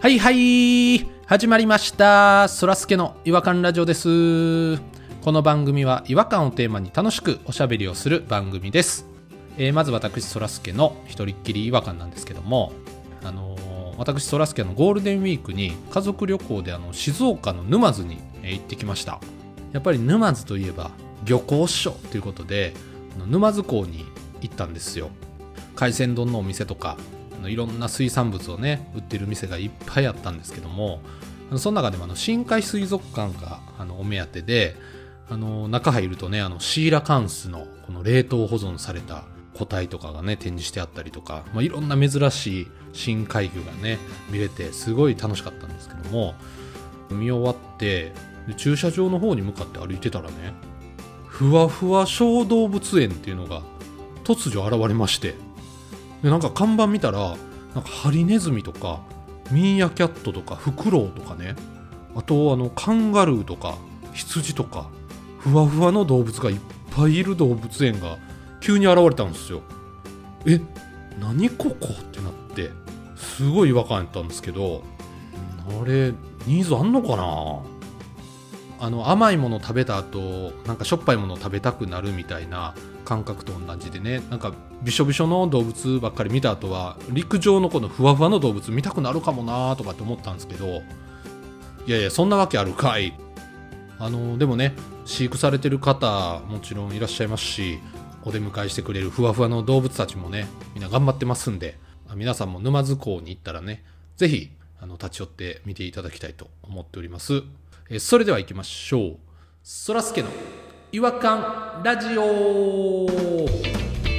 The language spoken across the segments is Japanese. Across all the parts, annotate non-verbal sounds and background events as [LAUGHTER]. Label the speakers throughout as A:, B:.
A: はいはい始まりましたそらすけの違和感ラジオですこの番組は違和感をテーマに楽しくおしゃべりをする番組です、えーまず私そらすけの一人っきり違和感なんですけどもあのー私そらすけのゴールデンウィークに家族旅行であの静岡の沼津にえー行ってきましたやっぱり沼津といえば漁港っしょということであの沼津港に行ったんですよ海鮮丼のお店とかあのいろんな水産物をね売ってる店がいっぱいあったんですけどもあのその中でもあの深海水族館があのお目当てであの中入るとねあのシーラカンスのこの冷凍保存された個体とかがね展示してあったりとか、まあ、いろんな珍しい深海魚がね見れてすごい楽しかったんですけども見終わってで駐車場の方に向かって歩いてたらねふわふわ小動物園っていうのが突如現れましてでなんか看板見たらなんかハリネズミとかミーアキャットとかフクロウとかねあとあのカンガルーとか羊とかふわふわの動物がいっぱいいる動物園が急に現れたんですよえ何ここってなってすごい違和感やったんですけどうんあれニーズあんのかなあの甘いもの食べた後なんかしょっぱいもの食べたくなるみたいな感覚と同じでねなんかびしょびしょの動物ばっかり見た後は陸上のこのふわふわの動物見たくなるかもなーとかって思ったんですけどいやいやそんなわけあるかいあのでもね飼育されてる方もちろんいらっしゃいますしお出迎えしてくれるふわふわの動物たちもねみんな頑張ってますんであ皆さんも沼津港に行ったらねぜひあの立ち寄って見ていただきたいと思っておりますえそれでは行きましょうそらすけの違和感ラジオ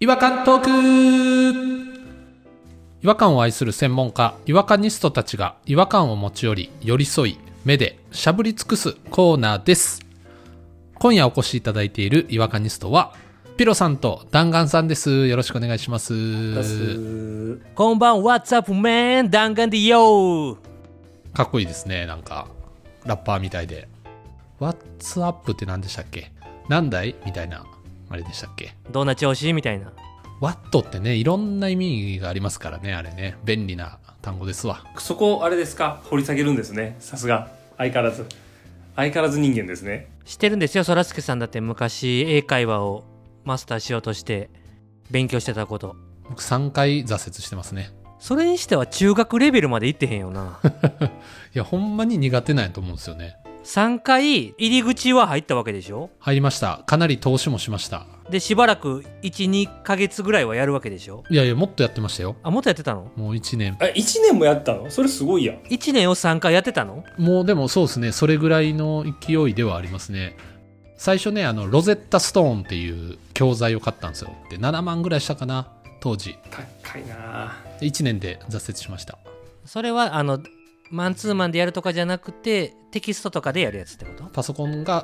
A: 違和感トーク違和感を愛する専門家違和感ニストたちが違和感を持ち寄り寄り添い目でしゃぶり尽くすコーナーです今夜お越しいただいている違和感ニストはピロさんと弾丸さんですよろしくお願いします
B: こんばん、What's up, man? 弾丸でよ
A: かっこいいですねなんかラッパーみたいで「What's up」って何でしたっけ何だいみたいなあれでしたっけ
B: どんな調子みたいな。
A: 「What」ってねいろんな意味がありますからねあれね便利な単語ですわ
C: そこをあれですか掘り下げるんですねさすが相変わらず相変わらず人間ですね
B: 知ってるんですよ、そらすけさんだって昔、英会話をマスターしようとして勉強してたこと。
A: 僕3回挫折してますね
B: それにしては中学レベルまで行ってへんよ
C: [LAUGHS]
B: な。
A: いやほんまに苦手なんやと思うんですよね
B: 3回、入り口は入ったわけでしょ
A: 入りましたかなり投資もしました
B: で、しばらく1、2ヶ月ぐらいはやるわけでしょ
A: いやいやもっとやってましたよ
B: あ、もっとやってたの
A: もう1年
C: あ1年もやったのそれすごいやん
B: ?1 年を3回やってたの
A: もうでもそうですねそれぐらいの勢いではありますね最初ねあのロゼッタストーンっていう教材を買ったんですよで7万ぐらいしたかな当時
C: 高いな
A: で1年で挫折しました
B: それは、あの、マンツーマンでやるとかじゃなくて、テキストとかでやるやつってこと
A: パソコンが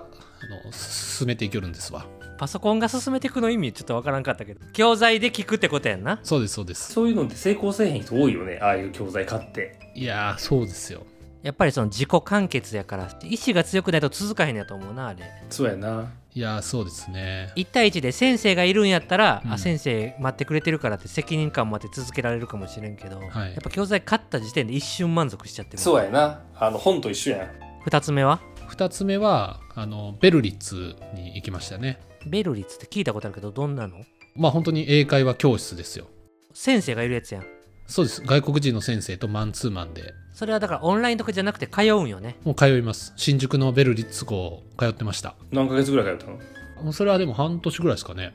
A: あのす進めていけるんですわ
B: パソコンが進めていくの意味ちょっとわからんかったけど教材で聞くってことやんな
A: そうですそうです
C: そういうのって成功せえへん人多いよねああいう教材買って
A: いやーそうですよ
B: やっぱりその自己完結やから意志が強くないと続かへんやと思うなあれ
C: そうやない
A: やーそうですね
B: 1対1で先生がいるんやったら、
A: うん
B: あ先生待ってくれてるからって責任感もあって続けられるかもしれんけど、
A: はい
B: やっぱ教材買った時点で一瞬満足しちゃってる
C: そうやなあの本と一緒やん
B: 2つ目は
A: 2つ目はあのベルリッツに行きましたね
B: ベルリッツって聞いたことあるけどどんなの
A: まあ本当に英会話教室ですよ
B: 先生がいるやつやん
A: そうです外国人の先生とマンツーマンで
B: それはだからオンラインとかじゃなくて通うんよね
A: もう通います新宿のベルリッツ校通ってました
C: 何ヶ月ぐらい通ったの
A: もうそれはでも半年ぐらいですかね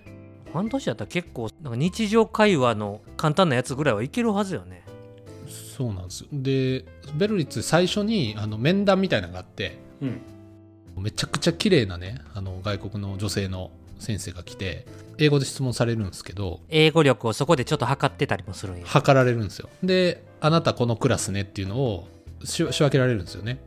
B: 半年やったら結構なんか日常会話の簡単なやつぐらいはいけるはずよね
A: そうなんですよでベルリッツ最初にあの面談みたいなのがあって
C: うん
A: めちゃくちゃ綺麗なねあの外国の女性の先生が来て英語で質問されるんですけど
B: 英語力をそこでちょっと測ってたりもするんや
A: 測られるんですよであなたこのクラスねっていうのをし仕分けられるんですよね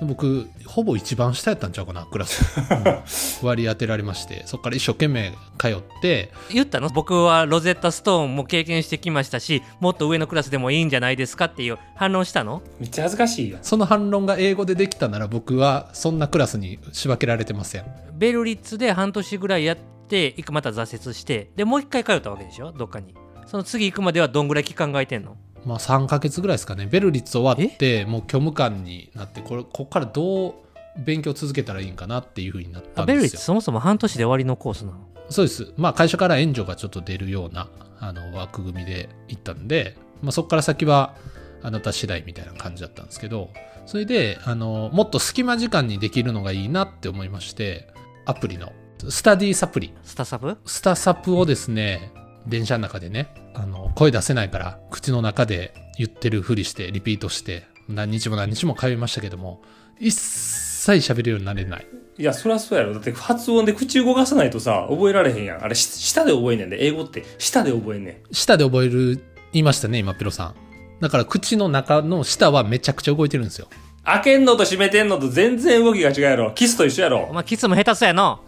A: 僕ほぼ一番下やったんちゃうかなクラス、
B: [LAUGHS]
A: うん割り当てられましてそこから一生懸命通って
B: 言ったの僕はロゼッタストーンも経験してきましたしもっと上のクラスでもいいんじゃないですかっていう反論したの
C: めっちゃ恥ずかしいやん
A: その反論が英語でできたなら僕はそんなクラスに仕分けられてません
B: ベルリッツで半年ぐらいやっていくまた挫折してでもう一回通ったわけでしょどっかにその次行くまではどんぐらい期間空いてんの
A: まあ3ヶ月ぐらいですかねベルリッツ終わってもう虚無感になってこれここからどう勉強続けたらいいんかなっていうふうになった
B: あ
A: ん
B: ベル
A: で
B: リ
A: す
B: ッツ
A: よ
B: そもそも半年で終わりのコースなの
A: そうですまあ会社から援助がちょっと出るようなあの枠組みで行ったんで、まあ、そこから先はあなた次第みたいな感じだったんですけどそれであのもっと隙間時間にできるのがいいなって思いましてアプリのスタディサプリ
B: スタサブ
A: スタサプをですね、電車の中でね、あの、声出せないから、口の中で言ってるふりして、リピートして、何日も何日も通いましたけども、一切喋るようになれない。
C: いやそりゃそうやろだって発音で口動かさないとさ覚えられへんやんあれし舌で覚えんねんで英語って舌で覚えんねん
A: 舌で覚える、言いましたね、今、ピロさん。だから、口の中の舌はめちゃくちゃ動いてるんですよ。
C: 開けんのと閉めてんのと全然動きが違うやろキスと一緒や
B: お
C: ろ
B: 前キスも下手そうやの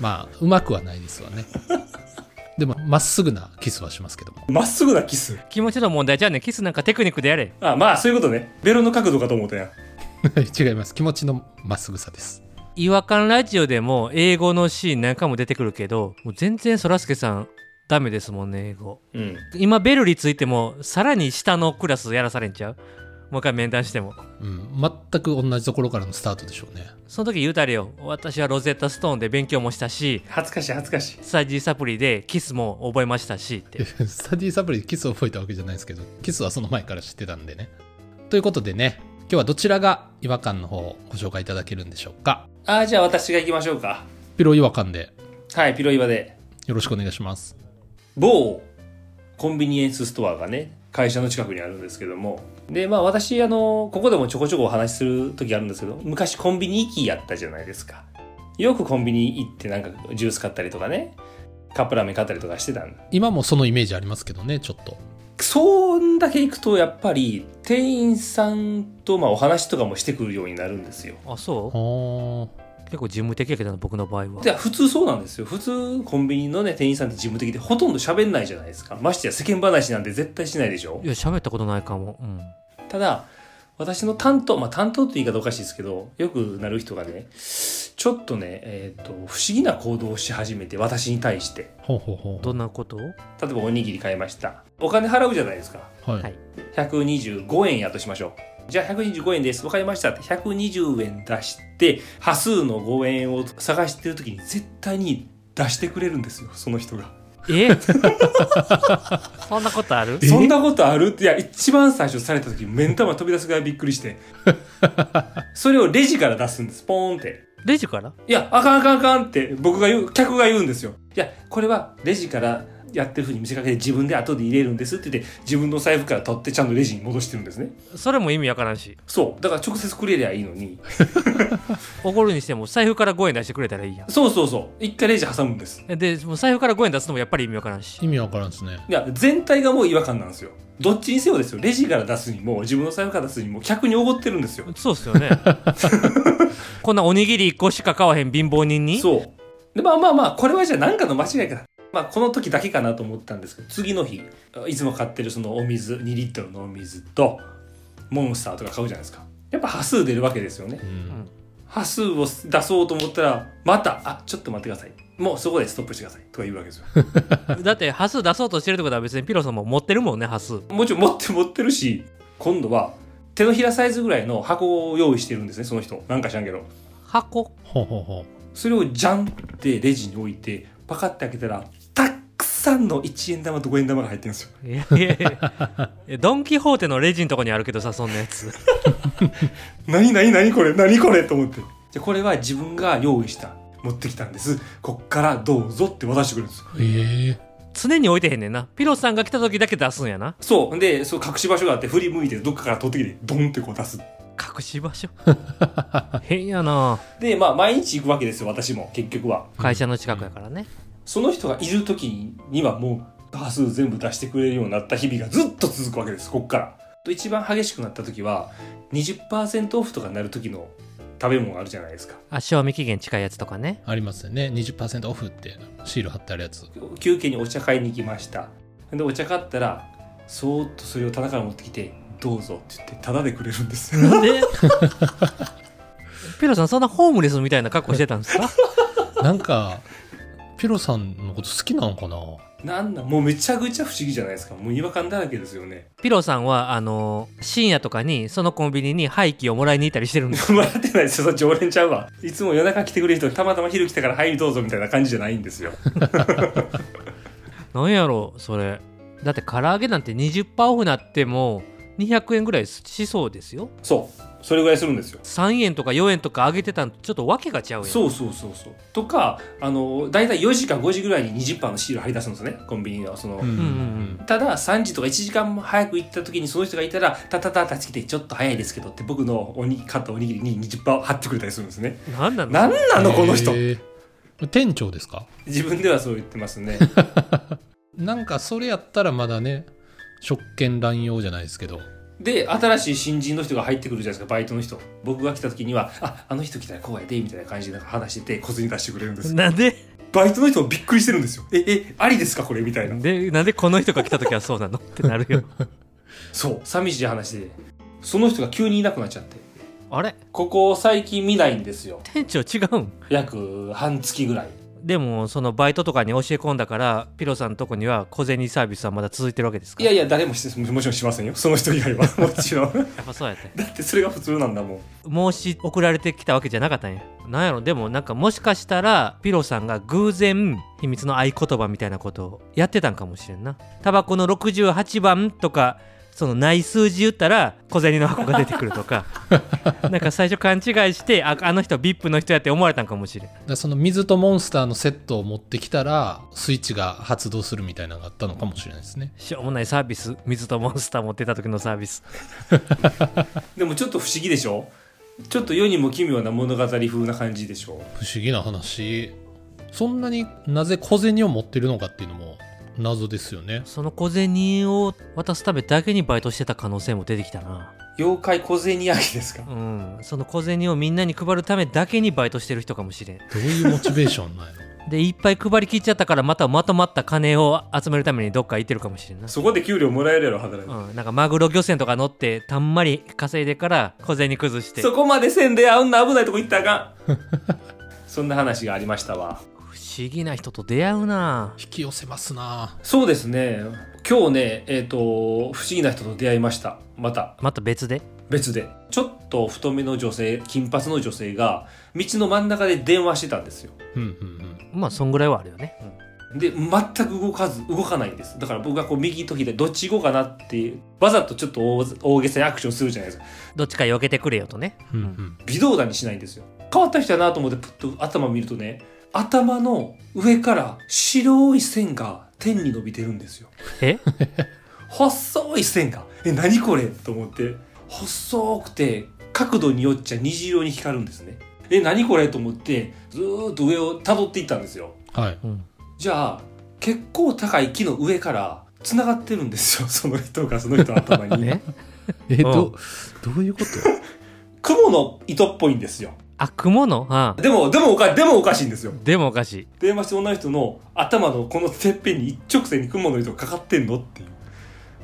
A: まあ、うまくはないですわね。でも、まっすぐなキスはしますけども。 [LAUGHS]
C: まっすぐなキス
B: 気持ちの問題じゃあねキスなんかテクニックでやれ
C: あまあそういうことねベロの角度かと思ったやん
A: 違います。気持ちのまっすぐさです。
B: 違和感ラジオでも英語のシーンなんかも出てくるけどもう全然そらすけさんダメですもんね英語
C: うん
B: 今ベルリついてもさらに下のクラスやらされんちゃうもう一回面談しても
A: うん、全く同じところからのスタートでしょうね。
B: その時言うたれよ私はロゼッタストーンで勉強もしたし
C: 恥ずかしい恥ずかしい
B: スタジーサプリでキスも覚えましたしって
A: スタディサプリでキスを覚えたわけじゃないですけど、キスはその前から知ってたんでね。ということでね、今日はどちらが違和感の方をご紹介いただけるんでしょうか。
C: あーじゃあ私が行きましょうか
A: ピロ違和感で
C: はいピロ岩で
A: よろしくお願いします。
C: 某コンビニエンスストアがね会社の近くにあるんですけどもでまあ私あのここでもちょこちょこお話しする時あるんですけど昔コンビニ行きやったじゃないですかよくコンビニ行ってなんかジュース買ったりとかねカップラーメン買ったりとかしてたん
A: 今もそのイメージありますけどね、ちょっと。
C: そんだけ行くとやっぱり店員さんとまあお話とかもしてくるようになるんですよ
B: あそう
A: ほ
B: 結構事務的やけどな僕の場合は
C: で普通そうなんですよ普通コンビニのね店員さんって事務的でほとんど喋んないじゃないですかましてや世間話なんて絶対しないでしょ
B: いや喋ったことないかも、うん、
C: ただ私の担当まあ担当って言い方おかしいですけどよくなる人がねちょっとね、えー、と不思議な行動をし始めて私に対して
A: ーほうほうほ
B: どんなこと
C: 例えばおにぎり買いましたお金払うじゃないですか
A: う。はい。
B: はい
C: 125円やとしましょうじゃあ125円です分かりましたって120円出して端数の5円を探してる時に絶対に出してくれるんですよその人が
B: え [LAUGHS] そんなことある
A: え
C: そんなことあるっていや一番最初された時目ん玉飛び出すぐらいびっくりしてそれをレジから出すんですポーンって
B: レジから
C: いや、あかんあかんあかんって僕が言う、客が言うんですよ。いや、これはレジからやってる風に見せかけて自分で後で入れるんですって言って自分の財布から取ってちゃんとレジに戻してるんですね。
B: それも意味わからんし
C: そう。だから直接くれりゃいいのに。
B: おごるにしても財布から5円出してくれたらいいや
C: そうそうそう。一回レジ挟むんです。
B: んでもう財布から5円出すのもやっぱり意味わからんし
A: 意味わからんですね。
C: いや、全体がもう違和感なんですよ。どっちにせよですよ。レジから出すにも、自分の財布から出すにも、客におごってるんですよ。
B: そうっすよね [LAUGHS] こんなおにぎり1個しか買わへん貧乏人に
C: そう。で、まあまあまあ、これはじゃあ何かの間違いか。まあ、この時だけかなと思ったんですけど、次の日、いつも買ってるそのお水、2リットルのお水と、モンスターとか買うじゃないですか。やっぱ端数出るわけですよね
A: う。ん。
C: 端数を出そうと思ったら、また、あ、ちょっと待ってください。もうそこでストップしてください。とか言うわけですよ。
B: だって端数出そうとしてるってことは別にピロさんも持ってるもんね端数
C: もちろん持って持ってるし、今度は、手のひらサイズぐらいの箱を用意してるんですね、その人。なんか知らんけど。
B: 箱
A: ほうほうほ
C: それをジャンってレジに置いて、パカって開けたら、たっくさんの1円玉と5円玉が入ってるんですよ。
B: いやいやいやドン・キホーテのレジのとこにあるけどさそんなやつ
C: 何何何これ何これと思ってじゃあこれは自分が用意した持ってきたんですこっからどうぞって渡してくるんです
A: う。ええ
B: 常に置いてへんねんなピロさんが来た時だけ出すんやな
C: そうでそう隠し場所があって振り向いてどっかから取ってきてドンってこう出す
B: 隠し場所変やな
C: でまあ毎日行くわけですよ私も結局は
B: 会社の近くやからね
C: その人がいる時にはもう端数全部出してくれるようになった日々がずっと続くわけですこっからと一番激しくなった時は20%オフとかになる時の食べ物あるじゃないですか
B: あ賞味期限近いやつとかね
A: ありますよね20%オフってシール貼ってあるやつ [LAUGHS]
C: 休憩にお茶買いに行きましたでお茶買ったらそーっとそれを棚から持ってきて「どうぞ」って言ってタダでくれるんです [LAUGHS] よ
B: で [LAUGHS] ピロさんそんなホームレスみたいな格好してたんです [LAUGHS] か
A: なんかピロさんのこと好きなのかな
C: なんなんもうめちゃくちゃ不思議じゃないですかもう違和感だらけですよね
B: ピロさんはあの深夜とかにそのコンビニに廃棄をもらいに行ったりしてるんです
C: もらってないですよそれ常連ちゃうわいつも夜中来てくれる人たまたま昼来たから「はいどうぞ」みたいな感じじゃないんですよ
B: なんやろそれだって唐揚げなんて20%オフなっても200円ぐらいしそうですよ
C: そうそれぐらいするんですよ
B: 3円とか4円とか上げてたんとちょっと訳が違うやん
C: そうそうそうそうとかあの大体4時か5時ぐらいに20%のシール貼り出すんですねコンビニのその、
A: うんうんうん
C: ただ3時とか1時間も早く行った時にその人がいたら「タタタタ」来て「ちょっと早いですけど」って僕のおに買ったおにぎりに20%貼ってくれたりするんですね
B: なんなの
C: なんなのこの人
A: へー店長ですか
C: 自分ではそう言ってますね
A: なんかそれやったらまだね職権乱用じゃないですけど
C: で新しい新人の人が入ってくるじゃないですかバイトの人僕が来た時には「ああの人来たらこうやで」みたいな感じでなんか話してて小銭出してくれるんです
B: なんで
C: バイトの人もびっくりしてるんですよ「ええありですかこれ」みたいな
B: でなんでこの人が来た時はそうなのってなるよ
C: そう寂しい話でその人が急にいなくなっちゃって
B: [LAUGHS] あれ
C: ここ最近見ないんですよ
B: 店長違うん
C: 約半月ぐらい
B: でもそのバイトとかに教え込んだからピロさんのとこには小銭サービスはまだ続いてるわけですか
C: いやいや誰もしてもちろんしませんよその人以外はもちろん [LAUGHS]
B: やっぱそうやって
C: だってそれが普通なんだもん
B: 申し送られてきたわけじゃなかったんやなんやろでもなんかもしかしたらピロさんが偶然秘密の合言葉みたいなことをやってたんかもしれんなタバコの68番とかそのない数字言ったら小銭の箱が出てくるとかなんか最初勘違いしてああの人 VIP の人やって思われたんかもしれん
A: だからその水とモンスターのセットを持ってきたらスイッチが発動するみたいなのがあったのかもしれないですね
B: しょうもないサービス水とモンスター持ってた時のサービス
C: でもちょっと不思議でしょちょっと世にも奇妙な物語風な感じでしょ
A: 不思議な話そんなになぜ小銭を持ってるのかっていうのも謎ですよね
B: その小銭を渡すためだけにバイトしてた可能性も出てきたな
C: 妖怪小銭揚げですか
B: うんその小銭をみんなに配るためだけにバイトしてる人かもしれん
A: どういうモチベーションなんやろ [LAUGHS]
B: でいっぱい配りきっちゃったからまたまとまった金を集めるためにどっか行ってるかもしれんな
C: そこで給料もらえるやろ働いて、
B: うん、なんかマグロ漁船とか乗ってたんまり稼いでから小銭崩して
C: そ
B: 不
C: こまでせんであんな危ないとこ行ったらあかん [LAUGHS] そんな話がありましたわ
B: 思議な人と出会うな
A: 引き寄せますな
C: そうですね今日ねえっ、と不思議な人と出会いましたまた
B: また別で
C: 別でちょっと太めの女性金髪の女性が道の真ん中で電話してたんですよ
A: うんうんうん
B: まあそんぐらいはあるよね
C: で全く動かず動かないんですだから僕がこう右と左どっち行こうかなっていうわざとちょっと大大げさにアクションするじゃないですか
B: どっちか避けてくれよとね
A: うんうん
C: 微動だにしないんですよ変わった人やなと思ってプッと頭見るとね頭の上から白い線が天に伸びてるんですよ
B: え
C: 細い線がえ何これと思って細くて角度によっちゃ虹色に光るんですねえ何これと思ってずーっと上を辿っていったんですよ
A: はい
B: うん
C: じゃあ結構高い木の上から繋がってるんですよ [LAUGHS] その人がその人の頭に
B: え
A: え
B: うん
A: どどういうこと
C: 雲の糸っぽいんですよ
B: あ雲のあ
C: でもでもおかでもおかしいんですよ
B: でもおかしい
C: 電話して女の人の頭のこのてっぺんに一直線に雲の糸がかかってんのっていう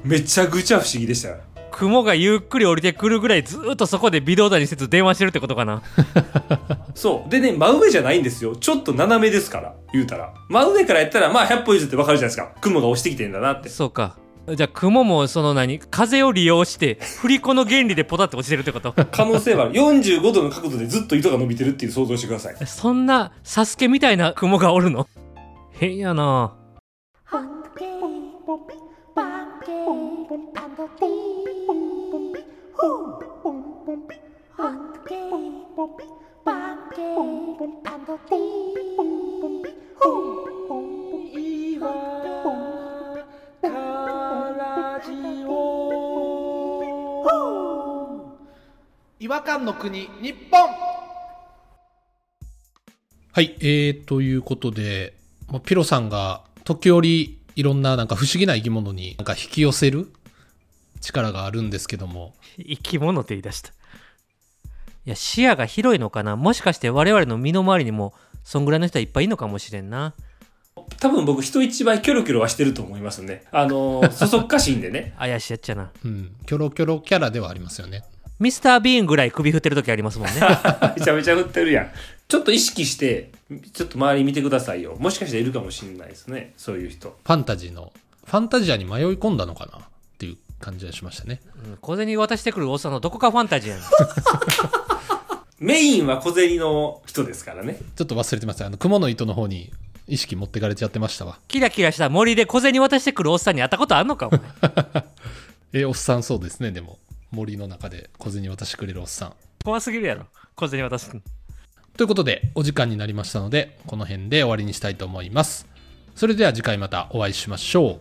C: めちゃくちゃ不思議でしたよ
B: 雲がゆっくり降りてくるぐらいずーっとそこで微動だにせず電話してるってことかな
C: そうでね真上じゃないんですよちょっと斜めですから言うたら真上からやったらまあ100歩譲ってわかるじゃないですか雲が落ちてきてんだなって
B: そうかじゃあ雲もその何風を利用して振り子の原理でポタって落ちてるってこと
C: 可能性はある45度の [LAUGHS] 角度でずっと糸が伸びてるっていう想像してください
B: そんなサスケみたいな雲がおるの変やな
D: Hungry,
A: 違和感の国日本はいえー、ということで、まあ、ピロさんが時折いろんななんか不思議な生き物になんか引き寄せる力があるんですけども
B: 生き物って言い出したいや視野が広いのかなもしかして我々の身の回りにもそんぐらいの人はいっぱいいるのかもしれんな
C: 多分僕人一倍キョロキョロはしてると思いますね。あの、そそっかしいん
B: [LAUGHS]
C: でね。
B: 怪しいやっちゃな
A: うんキョロキョロキャラではありますよね
B: ミスター・ビーンぐらい首振ってる時ありますもんね
C: めちゃめちゃ振ってるやん。ちょっと意識して、ちょっと周り見てくださいよ。もしかしているかもしれないですね。そういう人。
A: ファンタジーのファンタジアに迷い込んだのかなっていう感じがしましたね
B: うん小銭渡してくるおっさんのどこかファンタジーやん
C: メインは小銭の人ですからね。
A: ちょっと忘れてましたあの雲の糸の方に意識持ってかれちゃってましたわ
B: キラキラした森で小銭渡してくるおっさんに会ったことあんのかお前
A: えおっさんそうですねでも森の中で小銭渡してくれるおっさん
B: 怖すぎるやろ小銭渡すの
A: ということでお時間になりましたのでこの辺で終わりにしたいと思いますそれでは次回またお会いしましょう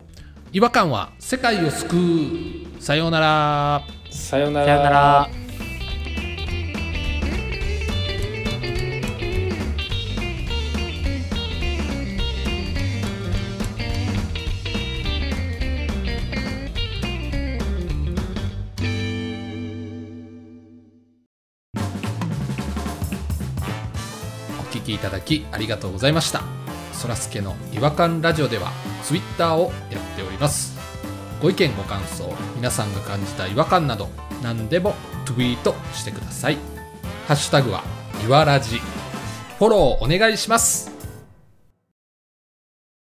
A: 違和感は世界を救うさようなら
C: さよな
B: さよなら
A: お聞きいただきありがとうございましたそらすけの違和感ラジオではツイッターをやっておりますご意見ご感想皆さんが感じた違和感など何でもツイートしてくださいハッシュタグはいわらじフォローお願いします